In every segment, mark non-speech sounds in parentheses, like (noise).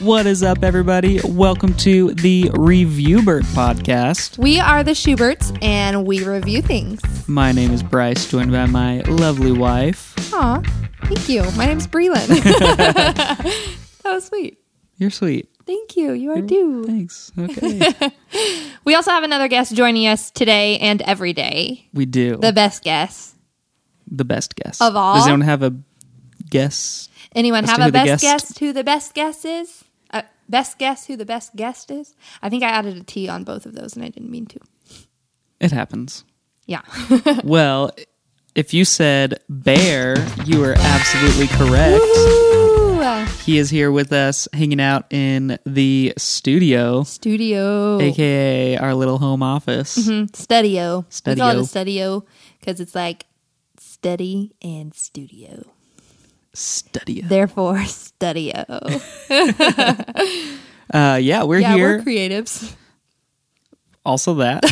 What is up, everybody? Welcome to the Reviewbert podcast. We are the Schuberts and we review things. My name is Bryce, joined by my lovely wife. Aw, thank you. My name's Breland. (laughs) that was sweet. You're sweet. Thank you. You are due. Thanks. (laughs) Okay. We also have another guest joining us today and every day. we do. The The, best guest. best guess. Of all? Does anyone have a guess? Anyone As to have who a the best guest- guess who the best guess is? A best guess who the best guest is? I think I added a T on both of those and I didn't mean to. It happens. Yeah. (laughs) well, if you said bear, you were absolutely correct. Ooh, uh, He is here with us, hanging out in the studio, Oh. studio. aka our little home office. Mm, studio. We call Studio. it a studio because it's like study and studio. Studio. Therefore, studio. Uh, yeah, we're yeah, here. we're creatives. also that.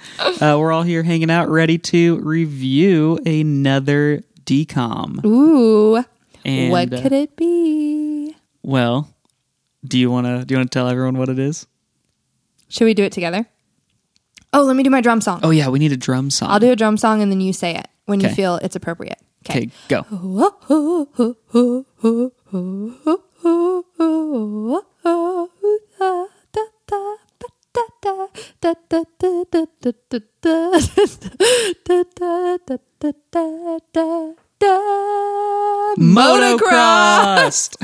(laughs) uh, we're all here hanging out, ready to review another decom. Ooh. And, what uh, could it be? Well, do you want to do you want to tell everyone what it is? Should we do it together? Oh, let me do my drum song. Oh yeah, we need a drum song. I'll do a drum song and then you say it when Okay. you feel it's appropriate. Okay. (laughs) Okay, go. Motocross.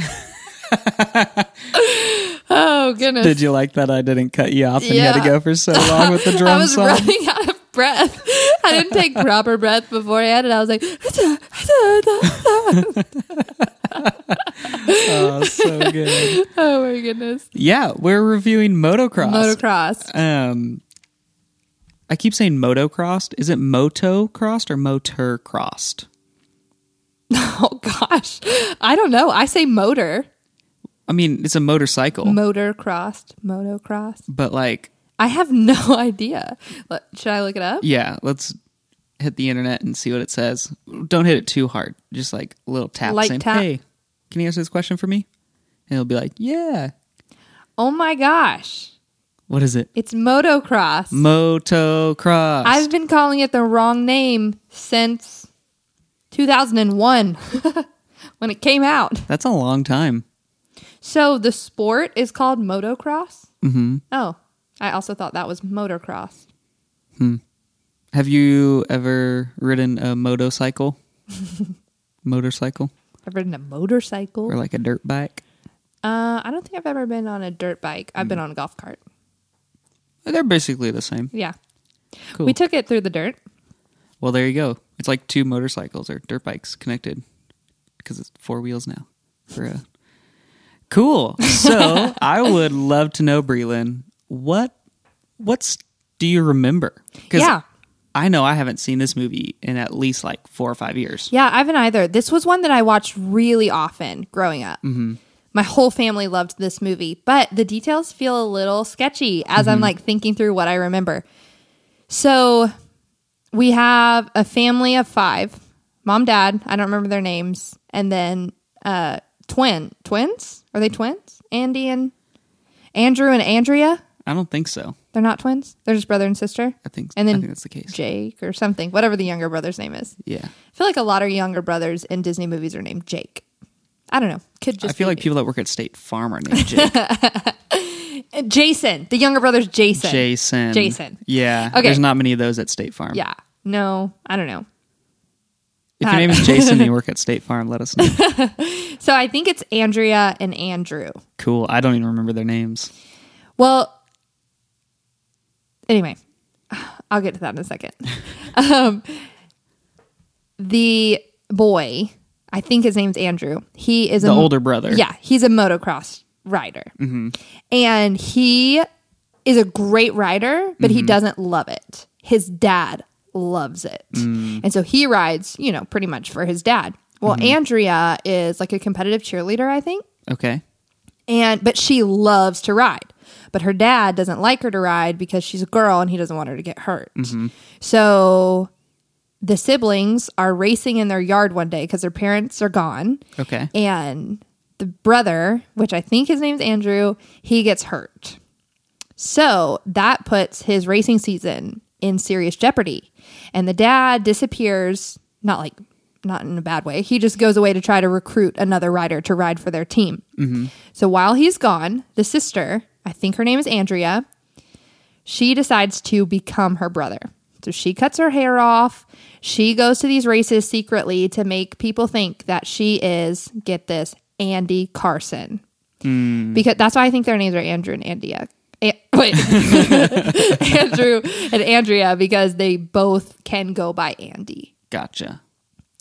Oh goodness. (laughs) Did you like that? I didn't cut you off, and you had to Yeah. go for so long (laughs) with the drum I was song. running out of breath. I didn't take proper breath beforehand, and I was like, (laughs) Oh, so good. "Oh my goodness, Yeah, we're reviewing motocross. motocross." (laughs) Um, I keep saying motocrossed. Is it motocrossed or motor crossed? Oh gosh, I don't know. I say motor, I mean, it's a motorcycle, motor crossed, motocross. but like, I have no (laughs) idea. Let- Should I look it up? yeah, let's hit the internet and see what it says. Don't hit it too hard. Just like a little tap Light saying, tap. hey, can you answer this question for me? And it'll be like, yeah. Oh my gosh, What is it? it's motocross. Motocross. I've been calling it the wrong name since 2001 (laughs) when it came out. That's a long time. So the sport is called motocross. hmm Oh, I also thought that was motocross. Have you ever ridden a (laughs) motorcycle? motorcycle I've ridden a motorcycle. or like a dirt bike? Uh, I don't think I've ever been on a dirt bike. I've been on a golf cart. They're basically the same. Yeah, Cool. we took it through the dirt. well, there you go. It's like two motorcycles or dirt bikes connected because it's four wheels now. For a- (laughs) Cool. (laughs) So I would love to know, Breland, what what's do you remember? 'Cause Yeah. I know I haven't seen this movie in at least like four or five years. Yeah, I haven't either. This was one that I watched really often growing up. Mm-hmm. My whole family loved this movie, but the details feel a little sketchy as I'm like thinking through what I remember. So we have a family of five mom, dad, I don't remember their names, and then uh, twin. Twins? Are they twins? Andy and Andrew and Andrea? I don't think so. They're not twins, they're just brother and sister. I think And I then think that's the case. Jake or something, whatever the younger brother's name is. yeah. I feel like a lot of younger brothers in Disney movies are named Jake. I don't know. Could I just feel be like people that work at State Farm are (laughs) named Jake. me. Uh, Jason. The younger brother's Jason. Jason. Jason. Yeah. Okay. There's not many of those at State Farm. Yeah. No, I don't know. If your name is (laughs) Jason and you work at State Farm, let us know. So I think it's Andrea and Andrew. cool. I don't even remember their names. Well, anyway, (sighs) I'll get to that in (laughs) a second. um, the boy, I think his name's Andrew. He is The a, older brother. Yeah, he's a motocross rider. And he is a great rider, but he doesn't love it. His dad loves it. And so he rides, you know, pretty much for his dad. Well, Andrea is like a competitive cheerleader, I think. Okay. And but she loves to ride. But her dad doesn't like her to ride because she's a girl and he doesn't want her to get hurt. So the siblings are racing in their yard one day because their parents are gone Okay. and the brother, which I think his name's Andrew, he gets hurt. So that puts his racing season in serious jeopardy. And the dad disappears, not like, not in a bad way. He just goes away to try to recruit another rider to ride for their team. So while he's gone, the sister, I think her name is Andrea, she decides to become her brother. So she cuts her hair off. She goes to these races secretly to make people think that she is, get this, Andy Carson. Because that's why I think their names are Andrew and Andrea. A- (laughs) wait. Andrew and Andrea, because they both can go by Andy. Gotcha.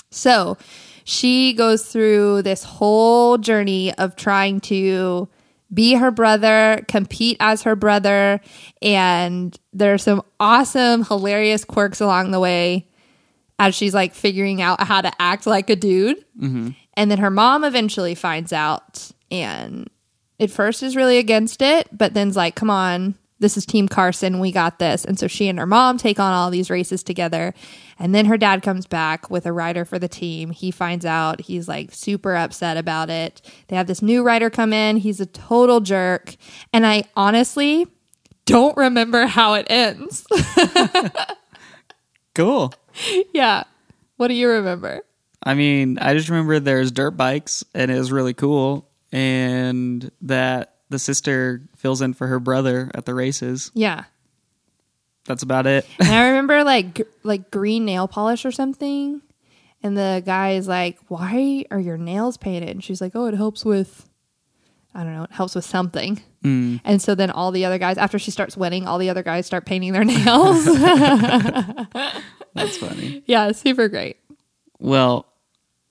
So she goes through this whole journey of trying to be her brother, compete as her brother, and there are some awesome, hilarious quirks along the way as she's like figuring out how to act like a dude. And then her mom eventually finds out and at first is really against it, but then's like, come on, this is Team Carson, we got this. And so she and her mom take on all these races together. And then her dad comes back with a rider for the team. He finds out, he's like super upset about it. They have this new rider come in, he's a total jerk. And I honestly don't remember how it ends. (laughs) Cool. yeah. What do you remember? I mean, I just remember there's dirt bikes and it was really cool and that the sister fills in for her brother at the races. Yeah. That's about it. And I remember like gr- like green nail polish or something. And the guy is like, "Why are your nails painted?" And she's like, "Oh, it helps with I don't know, it helps with something." And so then all the other guys after she starts winning, all the other guys start painting their (laughs) nails. That's funny. yeah, super great. Well,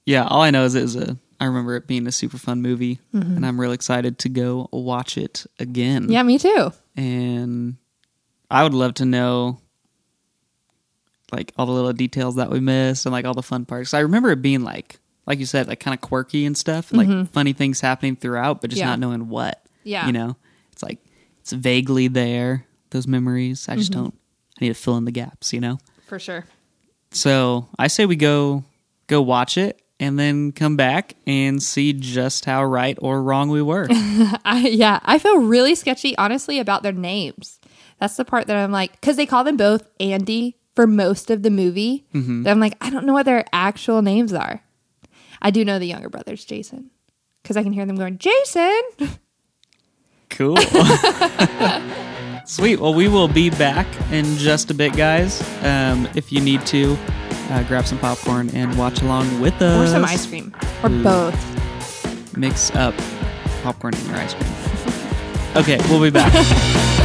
yeah, all I know is it was a I remember it being a super fun movie and I'm real excited to go watch it again. Yeah, me too. And I would love to know like all the little details that we missed and like all the fun parts. I remember it being like like you said, like kind of quirky and stuff, and, like funny things happening throughout, but just Mm-hmm. Yeah. not knowing what. Yeah. You know? It's like it's vaguely there, those memories. I Mm-hmm. just don't I need to fill in the gaps, you know? For sure. So I say we go go watch it and then come back and see just how right or wrong we were. I yeah, I feel really sketchy honestly about their names. That's the part that I'm like cuz they call them both Andy for most of the movie. Mm-hmm. That I'm like, I don't know what their actual names are. I do know the younger brother's Jason cuz I can hear them going, "Jason." cool. (laughs) Sweet. Well, we will be back in just a bit, guys. Um, if you need to, uh, grab some popcorn and watch along with us. Or some ice cream or both. Mix up popcorn and your ice cream. (laughs) Okay, we'll be back. (laughs)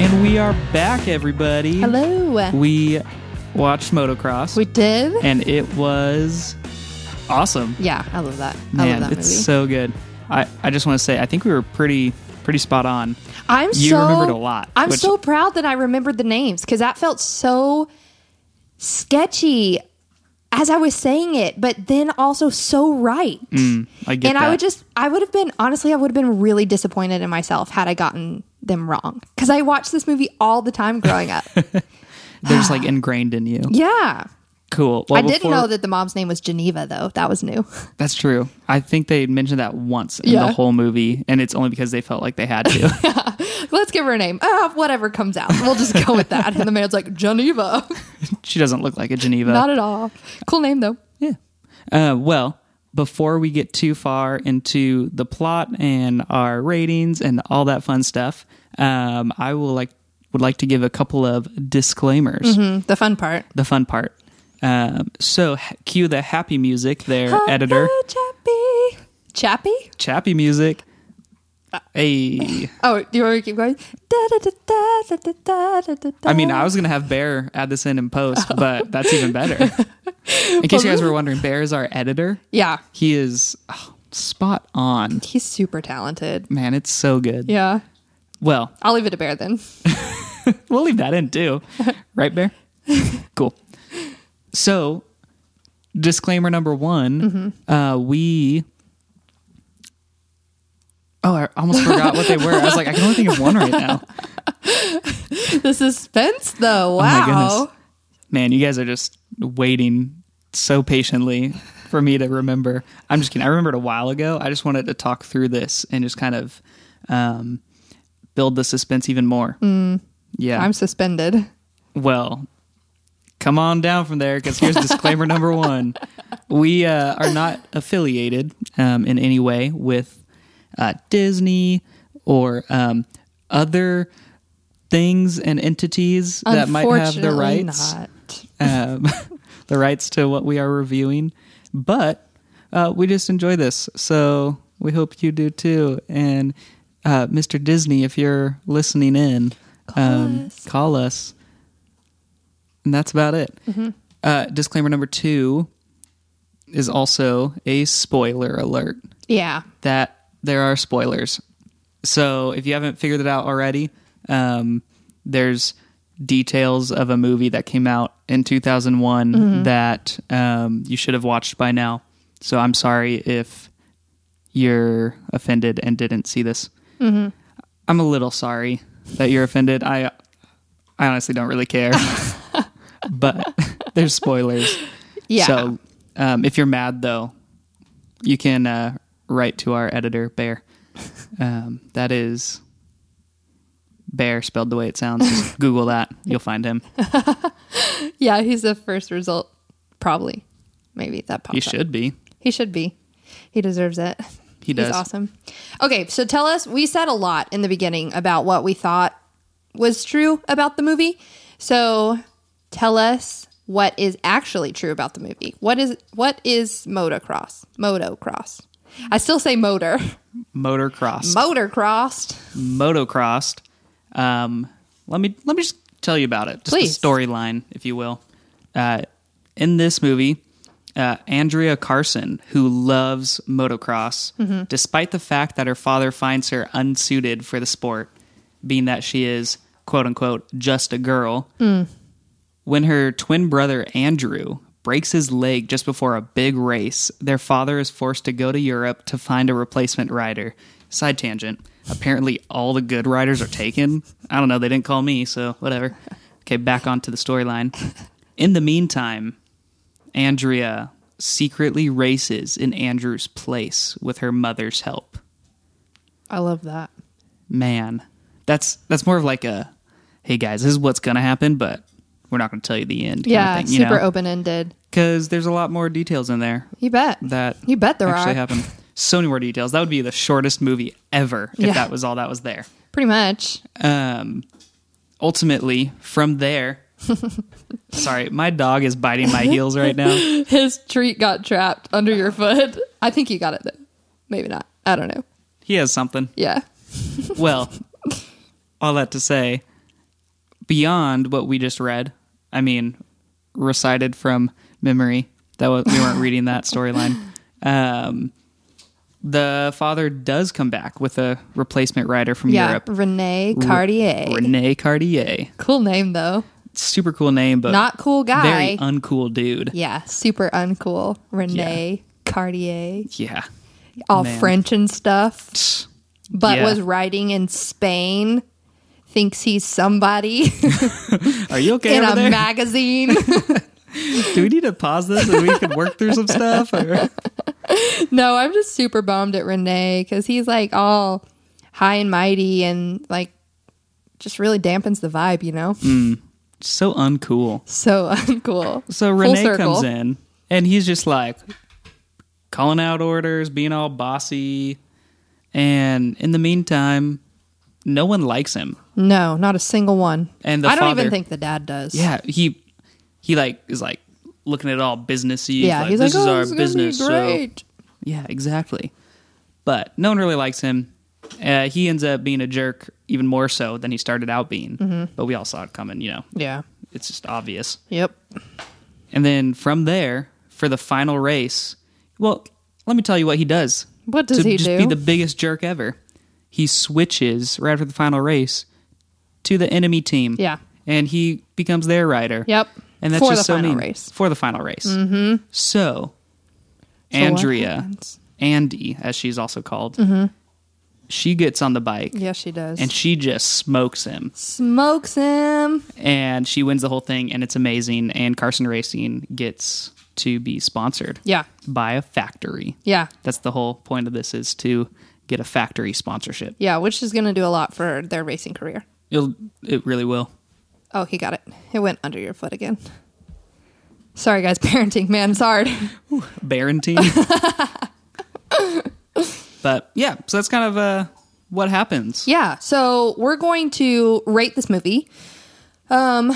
and we are back, everybody. Hello. We watched motocross, We did? and it was awesome. Yeah, I love that. I Man, love that movie. it's so good. I, I just want to say I think we were pretty pretty spot on. I'm You so remembered a lot, I'm which- so proud that I remembered the names because that felt so sketchy as I was saying it, but then also so right. Mm, I get and that. I would just I would have been honestly I would have been really disappointed in myself had I gotten them wrong because I watched this movie all the time (laughs) growing up. They're (gasps) just like ingrained in you. yeah. Cool. Well, I didn't before- (laughs) know that the mom's name was Geneva though. That was new. (laughs) That's true. I think they mentioned that once in Yeah. the whole movie, and it's only because they felt like they had (laughs) to. Let's give her a name. Ah, whatever comes out. We'll just go with that. And the man's like, Geneva. (laughs) she doesn't look like a Geneva. Not at all. Cool name though. yeah. Uh, well, before we get too far into the plot and our ratings and all that fun stuff, um, I will like would like to give a couple of disclaimers. Mm, the fun part. the fun part. Um, so h- cue the happy music there, editor. Hello, Chappy. Chappy? Chappy music. Uh, Hey, Oh, do you want me to keep going? Da, da, da, da, da, da, da, da, da. I mean, I was gonna have Bear add this in in post, but that's even better. In case you guys were wondering, Bear is our editor. yeah. He is oh, Spot on. He's super talented. Man, it's so good. Yeah. Well, I'll leave it to Bear then. (laughs) we'll leave that in too. Right, Bear? cool. So, disclaimer number one uh, we. Oh, I almost forgot what they were. I was like, I can only think of one right now. the suspense, though. Oh my Oh, Wow. goodness. Man, you guys are just waiting so patiently for me to remember. I'm just kidding. I remembered a while ago. I just wanted to talk through this and just kind of um, build the suspense even more. Yeah. I'm suspended. Well, come on down from there because here's (laughs) disclaimer number one. We uh, are not affiliated um, in any way with uh, Disney or um, other things and entities that might have the Unfortunately rights Not. um, (laughs) the rights to what we are reviewing, but uh, we just enjoy this. So we hope you do too. And uh, Mr. Disney, if you're listening in, call, us. call us. And that's about it. Uh, disclaimer number two is also a spoiler alert Yeah. that there are spoilers. So if you haven't figured it out already, um, there's details of a movie that came out in 2001 that um, you should have watched by now. So I'm sorry if you're offended and didn't see this. I'm a little sorry that you're offended. I I honestly don't really care, but (laughs) there's spoilers. Yeah. So um, if you're mad though, you can uh, write to our editor Bear. Um, that is Bear spelled the way it sounds. Just Google that, you'll find him. Yeah, he's the first result. Probably. Maybe that pops He up. should be. He should be. He deserves it. (laughs) He does. He's awesome. Okay, so tell us. We said a lot in the beginning about what we thought was true about the movie. So tell us what is actually true about the movie. What is what is motocross? Motocross. I still say motor. (laughs) Motocrossed. Motocrossed. motocrossed. Um, let me let me just tell you about it. Just Please. the storyline, if you will. Uh, in this movie, uh, Andrea Carson, who loves motocross, despite the fact that her father finds her unsuited for the sport, being that she is quote unquote just a girl, when her twin brother Andrew breaks his leg just before a big race, their father is forced to go to Europe to find a replacement rider. Side tangent. Apparently, all the good riders are taken. I don't know. They didn't call me, so whatever. Okay, back onto the storyline. In the meantime, Andrea secretly races in Andrew's place with her mother's help I love that. man that's that's more of like a hey guys this is what's gonna happen but we're not gonna tell you the end kind Yeah, of thing, you super know open ended. because there's a lot more details in there You bet. that You bet there actually are. happened so many more details that would be the shortest movie ever if Yeah. that was all that was there Pretty much. (laughs) um ultimately from (laughs) there sorry my dog is biting my heels right now His treat got trapped under your foot. I think you got it though. Maybe not. I don't know. he has something Yeah. well, all that to say, beyond what we just read, I mean, recited from memory, that was, we weren't reading that storyline. Um, the father does come back with a replacement rider from Yeah. Europe, Renee Cartier. Rene Cartier. cool name though. Super cool name, but Not cool guy. Uh, very uncool dude. yeah. Super uncool. Renee Cartier. Yeah. All Oh, Man. French and stuff. But Yeah. was riding in Spain. Thinks (laughs) he's somebody Are you okay in over a there? (laughs) magazine. (laughs) Do we need to pause this and we can work through some stuff? Or? No, I'm just super bummed at Renee because he's like all high and mighty and like just really dampens the vibe, you know? Mm. So uncool. So (laughs) uncool. So Full Renee circle. comes in and he's just like calling out orders, being all bossy. And in the meantime, no one likes him. No, not a single one. And the I don't father- even think the dad does. Yeah, he he like is like looking at all businessy. Yeah, he's this like, is oh, our this is business. business, so- great. yeah, exactly. But no one really likes him. Uh, he ends up being a jerk even more so than he started out being. Mm-hmm. But we all saw it coming. You know, Yeah. it's just obvious. Yep. And then from there, for the final race, well, let me tell you what he does. What does to he just do? be the biggest jerk ever. He switches right after the final race to the enemy team. Yeah. And he becomes their rider. Yep. And that's For just the so final mean. race. For the final race. Mm-hmm. So, Andrea, happens? Mm-hmm. Andy, as she's also called, she gets on the bike Yeah, she does. and she just smokes him. smokes him. And she wins the whole thing, and it's amazing. And Carson Racing gets to be sponsored Yeah. by a factory. Yeah. That's the whole point of this is to get a factory sponsorship. Yeah, which is going to do a lot for their racing career. It'll, it really will. Oh, he got it. It went under your foot again. Sorry, guys. (laughs) Parenting, man. It's hard. Barentine. but yeah, so that's kind of uh, what happens. Yeah. So we're going to rate this movie um,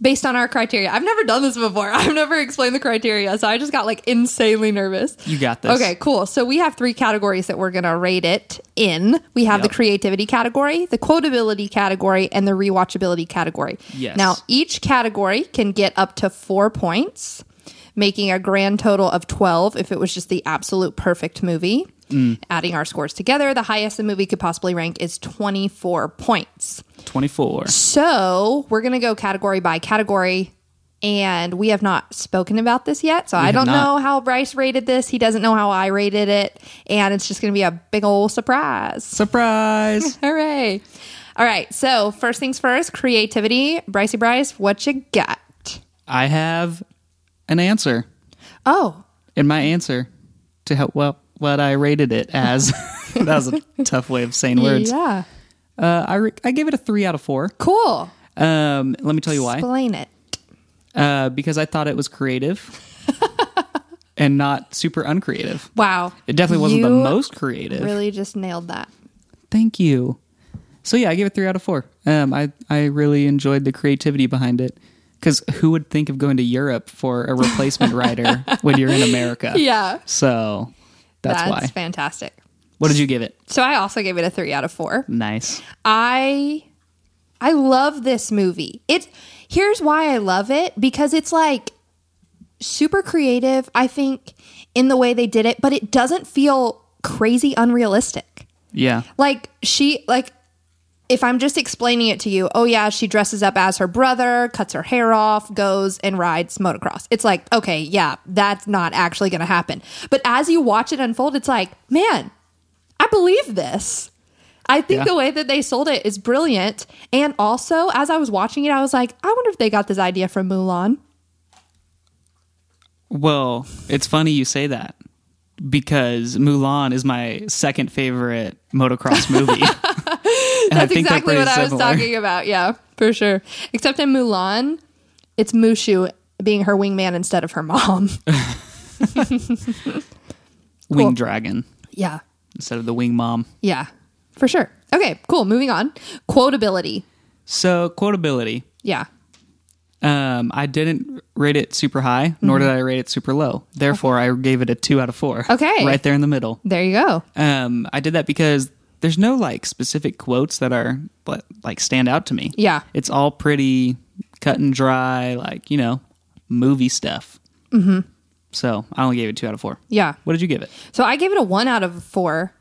based on our criteria. I've never done this before. (laughs) I've never explained the criteria. So I just got like insanely nervous. You got this. Okay, cool. So we have three categories that we're going to rate it in. We have Yep. the creativity category, the quotability category, and the rewatchability category. Yes. Now, each category can get up to four points, making a grand total of 12 if it was just the absolute perfect movie. Mm. Adding our scores together, the highest the movie could possibly rank is 24 points. 24. So we're going to go category by category. And we have not spoken about this yet. So I have don't not. know how Bryce rated this. He doesn't know how I rated it. And it's just going to be a big (laughs) old surprise. Surprise. Hooray. All right. So, first things first creativity. Brycey Bryce, what you got? I have an answer. Oh, And my answer to how, well, what I rated it as. (laughs) that was a tough way of saying words. yeah. Uh, I, re- I gave it a three out of four. Cool. Um, let me tell you why. Explain it. Uh, because I thought it was (laughs) creative and not super uncreative. Wow. It definitely wasn't the You most creative. Really just nailed that. Thank you. So yeah, I gave it three out of four. Um, I I really enjoyed the creativity behind it because who would think of going to Europe for a (laughs) replacement rider when you're in America? Yeah. So that's, why. fantastic. What did you give it? So, I also gave it a three out of four. Nice. I I love this movie. It's here's why I love it because it's like super creative, I think, in the way they did it, but it doesn't feel crazy unrealistic. Yeah. Like she like if I'm just explaining it to you, oh yeah, she dresses up as her brother, cuts her hair off, goes and rides motocross. It's like, okay, yeah, that's not actually going to happen. But as you watch it unfold, it's like, man, I believe this. I think Yeah. the way that they sold it is brilliant. And also, as I was watching it, I was like, I wonder if they got this idea from Mulan. Well, it's funny you say that because Mulan is my second favorite (laughs) motocross movie. And I That's think they're exactly pretty what I was similar. talking about. Yeah, for sure. Except in Mulan, it's Mushu being her wingman instead of her mom. (laughs) Wing Cool. Dragon yeah. instead of the Wing Mom. Yeah, for sure. Okay, cool. Moving on. Quotability. So quotability. Yeah. Um, I didn't rate it super high, nor Mm-hmm. did I rate it super low. Therefore, I gave it a two out of four. Okay. right there in the middle. There you go. Um, I did that because there's no like specific quotes that are but like stand out to me. Yeah. it's all pretty cut and dry, like you know, movie stuff. Mm-hmm. So I only gave it two out of four. Yeah. What did you give it? So I gave it a one out of four,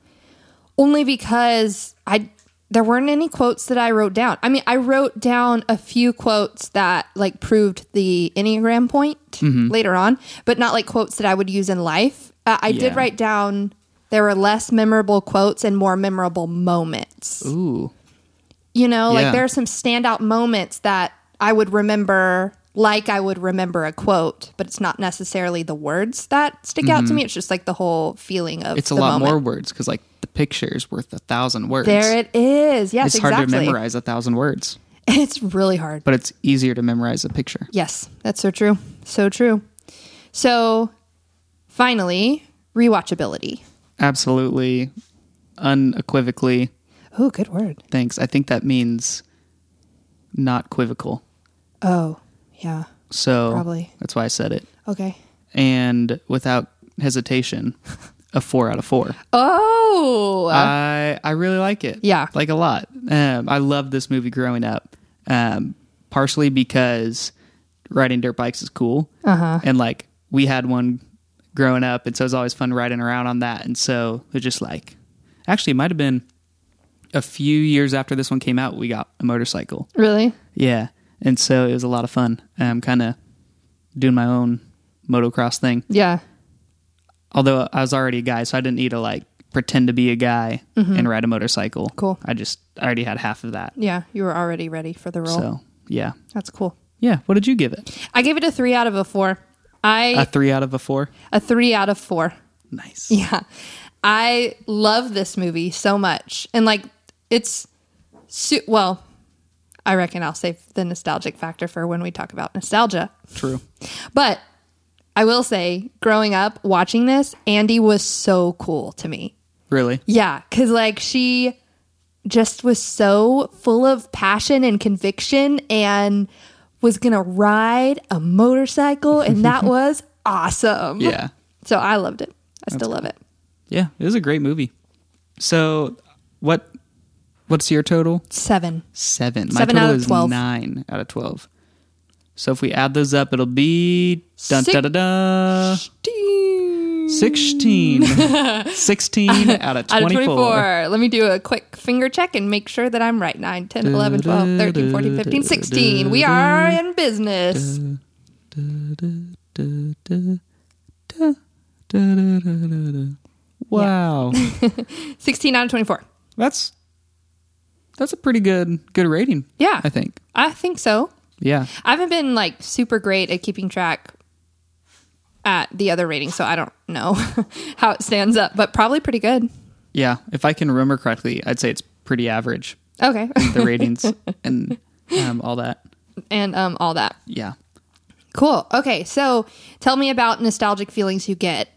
only because I there weren't any quotes that I wrote down. I mean, I wrote down a few quotes that like proved the enneagram point later on, but not like quotes that I would use in life. Uh, I did Yeah. write down there were less memorable quotes and more memorable moments. Ooh, You know, Yeah. like there are some standout moments that I would remember like I would remember a quote, but it's not necessarily the words that stick out to me. It's just like the whole feeling of Mm-hmm. it's a the lot moment. more words because like the picture's worth a thousand words. There it is. Yes, it's hard to exactly. memorize a thousand words, (laughs) It's really hard. but it's easier to memorize a picture. Yes, that's so true. So true. So finally, rewatchability. Absolutely, unequivocally. Oh, good word. Thanks. I think that means not equivocal. Oh, yeah. So Probably. that's why I said it. Okay. And without hesitation, a four out of four. Oh, Uh, I I really like it. Yeah. like a lot. Um, I loved this movie growing up, um, partially because riding dirt bikes is cool, uh-huh. and like we had one growing up, and so it was always fun riding around on that. And so it was just like, actually, it might have been a few years after this one came out, we got a motorcycle. Really? Yeah, and so it was a lot of fun. I'm kind of doing my own motocross thing, Yeah. although I was already a guy, so I didn't need to like pretend to be a guy and ride a motorcycle. Mm-hmm. Cool. I just I already had half of that. Yeah. You were already ready for the role. So yeah, That's cool. yeah. What did you give it? I gave it a three out of a four. A I three out of a four. a three out of four. Nice. (laughs) Yeah. I love this movie so much. And like it's su- well, I reckon I'll save the nostalgic factor for when we talk about nostalgia. True. But I will say growing up watching this, Andy was so cool to me. Really. Yeah, cuz like she just was so full of passion and conviction and was going to ride a motorcycle (laughs) and that was awesome. Yeah. So I loved it. I still love it. Yeah, it was a great movie. So, what what's your total? 7. Seven. My Seven total out of is 12. nine out of twelve. So if we add those up, it'll be dun, Six- da, da, da, (laughs) sixteen. sixteen out of Out of twenty 24. four. Let me do a quick finger check and make sure that I'm right. 9, 10, 11, 12, 13, 14, 15, 16. We are in business. Wow, (laughs) 16 out of 24. that's that's a pretty good good rating. Yeah. I think. I think so. Yeah, I haven't been like super great at keeping track at the other ratings, so I don't know (laughs) how it stands up, but probably pretty good. yeah. If I can remember correctly, I'd say it's pretty average. Okay. the ratings and um, all that. (laughs) and um, all that. Yeah. Cool. Okay. So tell me about nostalgic feelings you get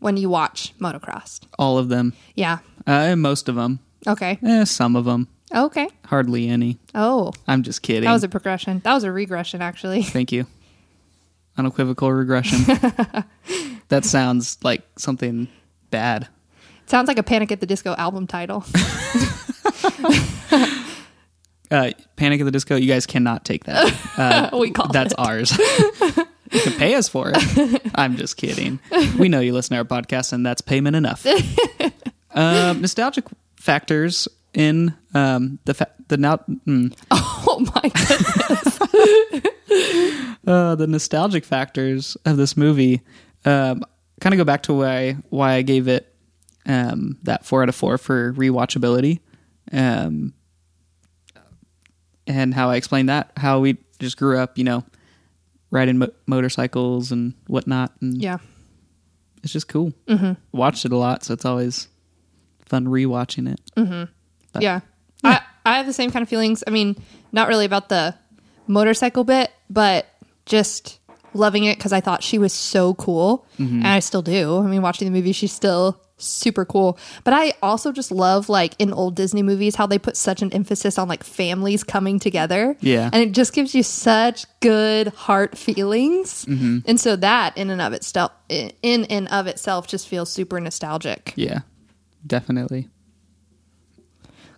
when you watch motocross. All of them. Yeah. Uh, and most of them. Okay. Eh, some of them. Okay. Hardly any. Oh, I'm just kidding. that was a progression. That was a regression, actually. (laughs) Thank you. Unequivocal regression. that sounds like something bad. Sounds like a Panic at the Disco album title. Uh, Panic at the Disco, you guys cannot take that. Uh, (laughs) we call that's ours. you can pay us for it. I'm just kidding. We know you listen to our podcast, and that's payment enough. um, nostalgic factors in um, the fa- the now mm, Oh my god. uh, the nostalgic factors of this movie um, kind of go back to why why I gave it um, that four out of four for rewatchability, um, and how I explained that how we just grew up, you know, riding mo- motorcycles and whatnot, and Yeah. it's just cool. Mm-hmm. Watched it a lot, so it's always fun rewatching it. Mm. But- yeah. I, I have the same kind of feelings. I mean, not really about the motorcycle bit, but just loving it because I thought she was so cool. Mm-hmm. And I still do. I mean, watching the movie, she's still super cool. But I also just love, like, in old Disney movies, how they put such an emphasis on, like, families coming together. Yeah. And it just gives you such good heart feelings. Mm-hmm. And so that, in and of itself, in and of itself, just feels super nostalgic. Yeah, definitely,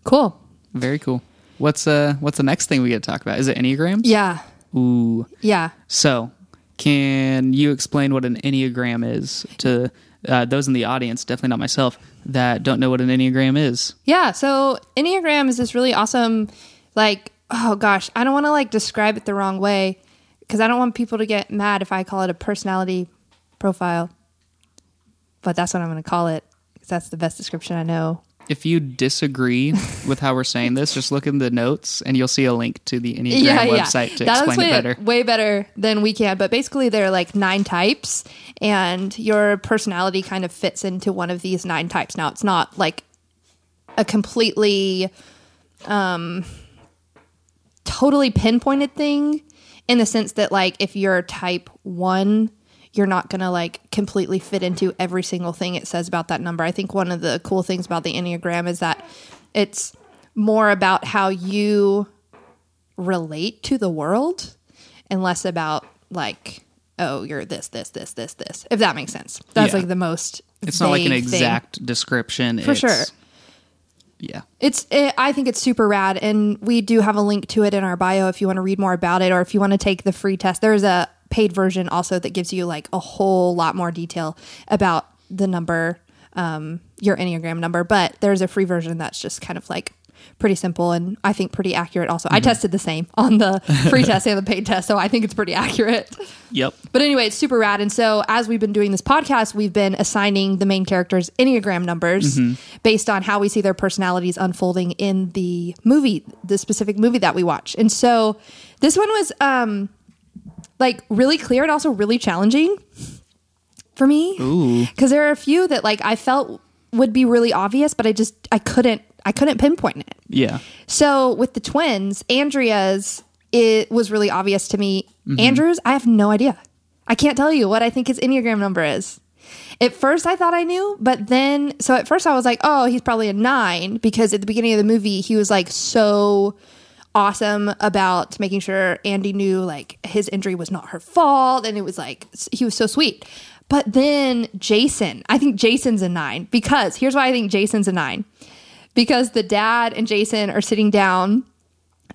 Cool. very cool. What's uh what's the next thing we get to talk about? Is it enneagrams? Yeah. Ooh. Yeah. So, can you explain what an enneagram is to uh, those in the audience? Definitely not myself that don't know what an enneagram is. Yeah. So Enneagram is this really awesome, like, oh gosh, I don't want to like describe it the wrong way because I don't want people to get mad if I call it a personality profile. But that's what I'm going to call it because that's the best description I know. If you disagree (laughs) with how we're saying this, just look in the notes and you'll see a link to the enneagram website to That'll explain it explain better. way better than we can. But basically, there are like nine types, and your personality kind of fits into one of these nine types. Now, it's not like a completely, um, totally pinpointed thing in the sense that, like, if you're type one, you're not gonna like completely fit into every single thing it says about that number. I think one of the cool things about the Enneagram is that it's more about how you relate to the world and less about like oh you're this this this this this if that makes sense that's Yeah. like the most It's not like an vague thing. exact description. for it's, sure Yeah. it's it, i think it's super rad and we do have a link to it in our bio if you want to read more about it or if you want to take the free test there's a paid version also that gives you like a whole lot more detail about the number, um, your Enneagram number. But there's a free version that's just kind of like pretty simple and I think pretty accurate also. I tested the same on the free test and the paid test, so I think it's pretty accurate. (laughs) Yep. But anyway, it's super rad. And so, as we've been doing this podcast, we've been assigning the main characters Enneagram numbers based on how we see their personalities unfolding in the movie, the specific movie that we watch. And so, this one was um, like really clear and also really challenging for me because there are a few that like I felt would be really obvious, but I just I couldn't I couldn't pinpoint it. Yeah. So with the twins, Andrea's it was really obvious to me. Andrew's, I have no idea. I can't tell you what I think his Enneagram number is. At first I thought I knew, but then so at first I was like, oh, he's probably a nine, because at the beginning of the movie he was like so awesome about making sure Andy knew like his injury was not her fault and it was like s- he was so sweet. But then Jason, I think Jason's a nine because here's why I think Jason's a nine because the dad and Jason are sitting down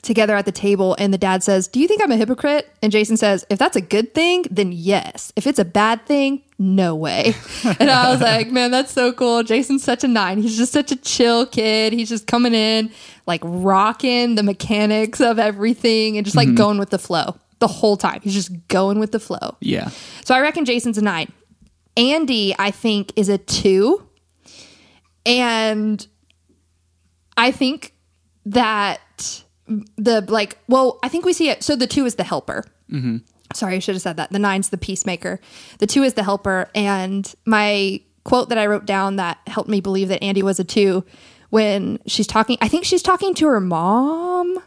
together at the table and the dad says, "Do you think I'm a hypocrite?" And Jason says, "If that's a good thing, then yes. If it's a bad thing, no way." (laughs) and I was like, "Man, that's so cool. Jason's such a 9. He's just such a chill kid. He's just coming in like rocking the mechanics of everything and just like going with the flow the whole time. He's just going with the flow." Yeah. So I reckon Jason's a nine. Andy, I think, is a two. And I think that the like, well, I think we see it. So the two is the helper. Mm-hmm. Sorry, I should have said that. The nine's the peacemaker. The two is the helper. And my quote that I wrote down that helped me believe that Andy was a two when she's talking, I think she's talking to her mom.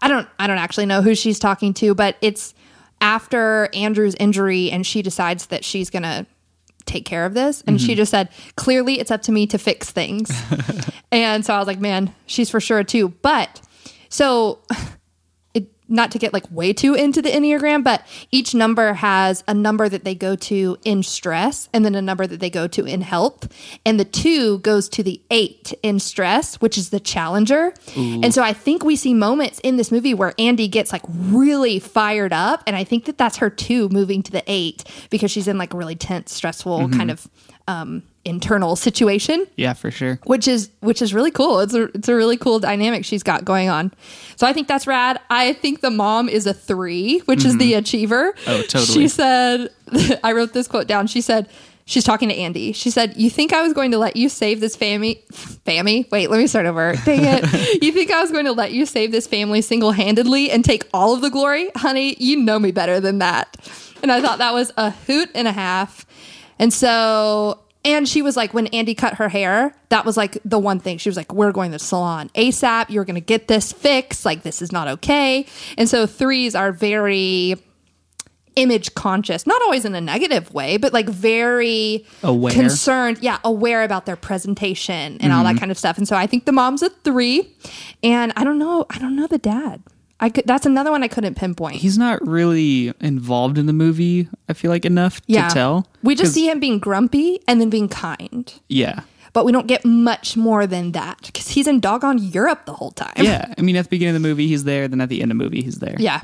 I don't I don't actually know who she's talking to, but it's after Andrew's injury and she decides that she's going to take care of this and she just said, "Clearly it's up to me to fix things." and so I was like, "Man, she's for sure too." But so it, not to get like way too into the Enneagram, but each number has a number that they go to in stress and then a number that they go to in health. And the two goes to the eight in stress, which is the challenger. And so I think we see moments in this movie where Andy gets like really fired up. And I think that that's her two moving to the eight because she's in like a really tense, stressful kind of um, internal situation Yeah, for sure. which is which is really cool. It's a it's a really cool dynamic she's got going on. So I think that's rad. I think the mom is a three, which is the achiever. Mm-hmm. Oh, totally. She said, (laughs) I wrote this quote down. She said. She's talking to Andy. She said, "You think I was going to let you save this family? Family? Wait, let me start over. (laughs) Dang it! you think I was going to let you save this family single-handedly and take all of the glory, honey? You know me better than that." And I thought that was a hoot and a half. And so, and she was like, when Andy cut her hair, that was like the one thing. She was like, we're going to the salon ASAP. You're going to get this fixed. Like, this is not okay. And so, threes are very image conscious, not always in a negative way, but like very Aware. concerned, yeah, aware about their presentation and all Mm-hmm. that kind of stuff. And so, I think the mom's a three. And I don't know, I don't know the dad. I could, that's another one I couldn't pinpoint. He's not really involved in the movie, I feel like, enough yeah. to tell. We just see him being grumpy and then being kind. Yeah. but we don't get much more than that because he's in doggone Europe the whole time. Yeah. I mean, at the beginning of the movie, he's there. Then at the end of the movie, he's there. (laughs) Yeah.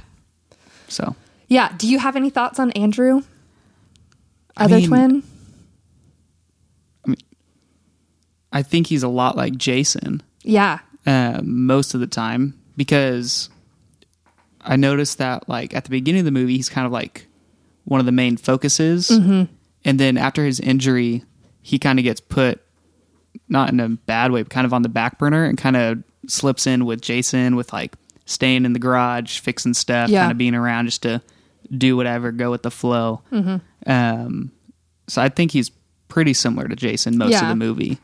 So, Yeah. Do you have any thoughts on Andrew? I Other mean- twin? I think he's a lot like Jason. Yeah. uh, most of the time because I noticed that like at the beginning of the movie he's kind of like one of the main focuses, and then after his injury he kind of gets put not in a bad way, but kind of on the back burner and kind of slips in with Jason with like staying in the garage, fixing stuff, Yeah. kind of being around just to do whatever, go with the flow. Um, so I think he's pretty similar to Jason most of Yeah. the movie.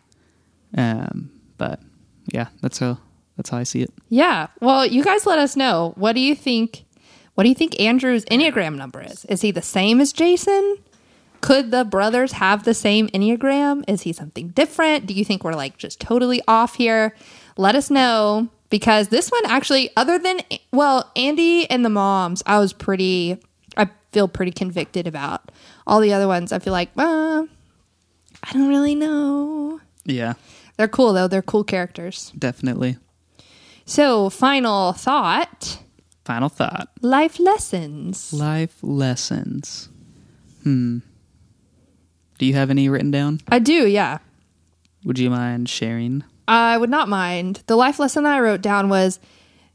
Um, but yeah, that's how that's how I see it. Yeah. Well, you guys let us know. What do you think? What do you think Andrew's Enneagram number is? Is he the same as Jason? Could the brothers have the same Enneagram? Is he something different? Do you think we're like just totally off here? Let us know because this one actually, other than, well, Andy and the moms, I was pretty, I feel pretty convicted about. All the other ones, I feel like, uh, I don't really know. Yeah, They're cool though, they're cool characters. definitely. So, final thought Final thought. Life lessons. Life lessons. Hmm. Do you have any written down? I do, yeah. Would you mind sharing? I would not mind. The life lesson I wrote down was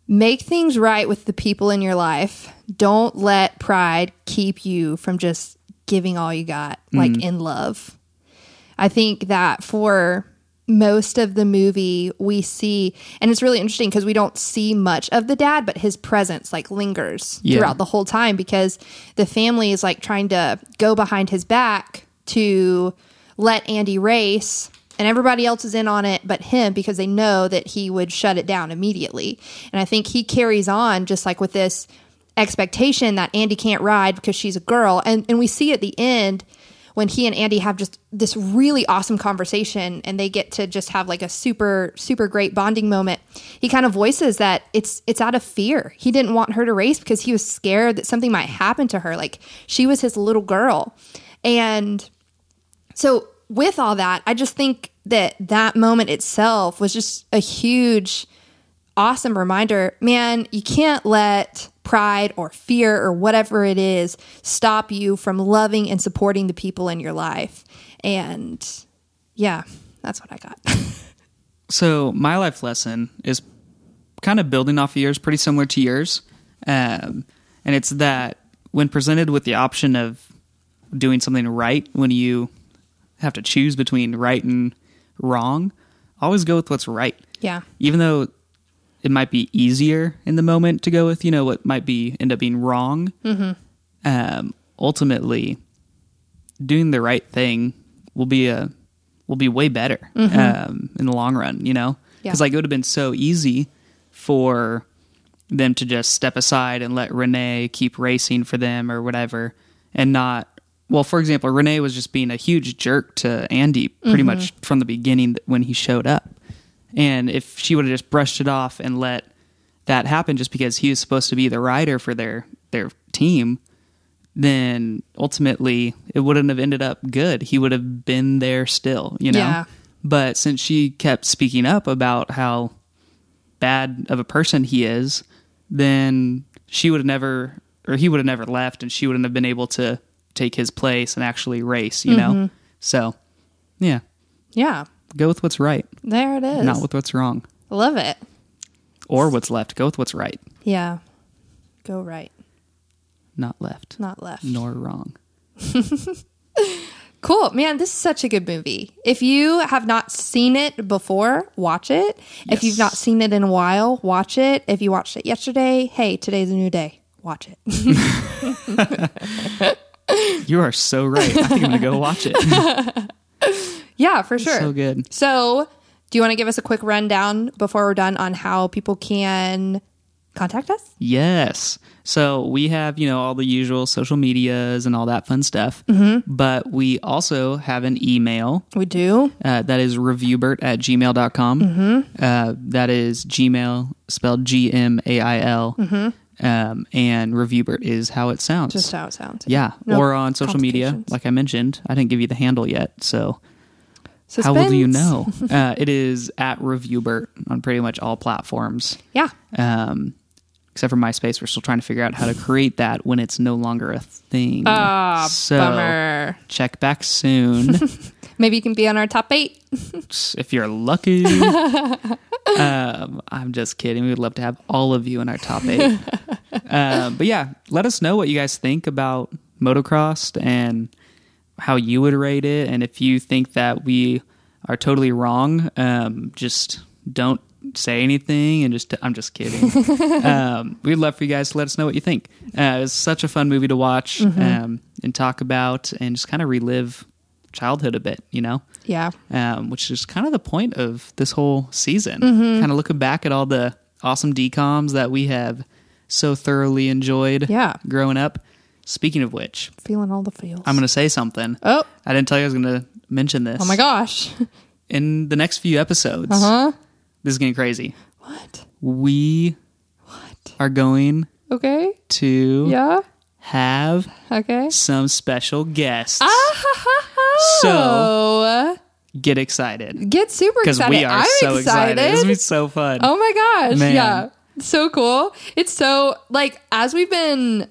make things right with the people in your life. Don't let pride keep you from just giving all you got, like in love. I think that for most of the movie, we see, and it's really interesting because we don't see much of the dad, but his presence like lingers Yeah. throughout the whole time because the family is like trying to go behind his back to let Andy race. And everybody else is in on it but him because they know that he would shut it down immediately. And I think he carries on just like with this expectation that Andy can't ride because she's a girl. And and we see at the end when he and Andy have just this really awesome conversation and they get to just have like a super super great bonding moment. He kind of voices that it's it's out of fear. He didn't want her to race because he was scared that something might happen to her. Like she was his little girl. And so with all that, I just think that that moment itself was just a huge awesome reminder. Man, you can't let pride or fear or whatever it is stop you from loving and supporting the people in your life. And yeah, that's what I got. (laughs) So my life lesson is kind of building off of yours, pretty similar to yours, um, and it's that when presented with the option of doing something right, when you have to choose between right and wrong, always go with what's right. Yeah. Even though it might be easier in the moment to go with, you know, what might be end up being wrong. Um, ultimately, doing the right thing will be a will be way better um, in the long run. You know, Yeah. because like it would have been so easy for them to just step aside and let Renee keep racing for them or whatever, and not. Well, for example, Renee was just being a huge jerk to Andy pretty much from the beginning th- when he showed up. And if she would have just brushed it off and let that happen just because he was supposed to be the rider for their their team, then ultimately it wouldn't have ended up good. He would have been there still, you know. Yeah. But since she kept speaking up about how bad of a person he is, then she would have never or he would have never left and she wouldn't have been able to take his place and actually race, you know. Mm-hmm. So, yeah, Yeah. go with what's right, There it is. not with what's wrong Love it. or what's left. Go with what's right, Yeah. Go right, not left, not left. nor wrong. Cool, man. This is such a good movie. If you have not seen it before, watch it. If you've Yes. not seen it in a while, watch it. If you watched it yesterday, hey, today's a new day. Watch it. (laughs) You are so right. I think I'm going to go watch (laughs) it. yeah, for sure. So good. So, do you want to give us a quick rundown before we're done on how people can contact us? Yes. So we have, you know, all the usual social medias and all that fun stuff. Mm-hmm. But we also have an email We do. uh, that is reviewbert at gmail.com. Mm-hmm. Uh, that is Gmail spelled G M A I L. Um, and reviewbert is how it sounds. Mm-hmm. Just how it sounds. yeah. No or on social media, complications. like I mentioned. I didn't give you the handle yet. So Suspense. how will you know? (laughs) uh, it is at reviewbert on pretty much all platforms Yeah. um, except for MySpace. We're still trying to figure out how to create that when it's no longer a thing. Ah, so bummer. check back soon Maybe you can be on our top eight. if you're lucky. um, I'm just kidding. We would love to have all of you in our top eight. um, but yeah, let us know what you guys think about motocross and how you would rate it, and if you think that we are totally wrong, um, just don't say anything and just I'm just kidding. um, we'd love for you guys to let us know what you think. Uh, it's such a fun movie to watch um, and talk about, and just kind of relive childhood a bit, you know Yeah. um, which is kind of the point of this whole season. Mm-hmm. Kind of looking back at all the awesome decoms that we have so thoroughly enjoyed Yeah. growing up. Speaking of which, Feeling all the feels. I'm going to say something. oh, I didn't tell you I was going to mention this. oh my (laughs) Uh-huh. gosh. In the next few episodes, Huh? this is getting crazy. What? We What? are going Okay. to Yeah. have (laughs) Okay. some special guests. Oh! So Get excited get super because excited. we are I'm so excited. excited. This will be so fun. Oh my gosh. Man. Yeah. so cool. It's so like as we've been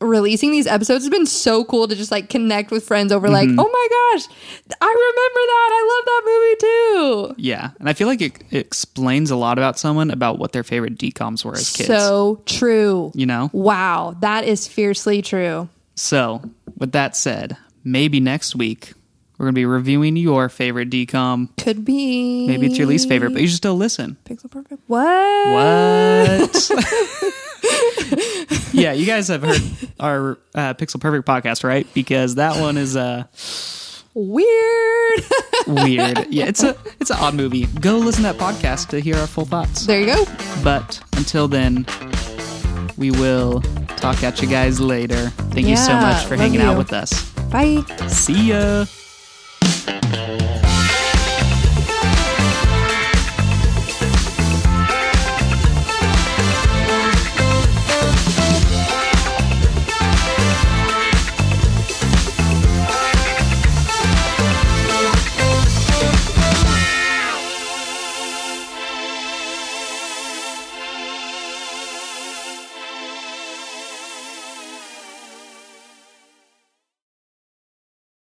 releasing these episodes, it's been so cool to just like connect with friends over like, Mm-hmm. oh my gosh, I remember that. I love that movie too. Yeah, and I feel like it, it explains a lot about someone about what their favorite decoms were as kids. So true. you know. Wow, that is fiercely true. So with that said, maybe next week we're gonna be reviewing your favorite decom. Could be. Maybe it's your least favorite, but you should still listen. Pixel perfect. What? What? (laughs) yeah, you guys have heard our uh, Pixel Perfect podcast, right? Because that one is uh, Weird. (laughs) weird. Yeah, it's a it's an odd movie. Go listen to that podcast to hear our full thoughts. there you go. But until then, we will talk at you guys later. Thank you so Yeah, much for love hanging out you. with us. Bye. See ya.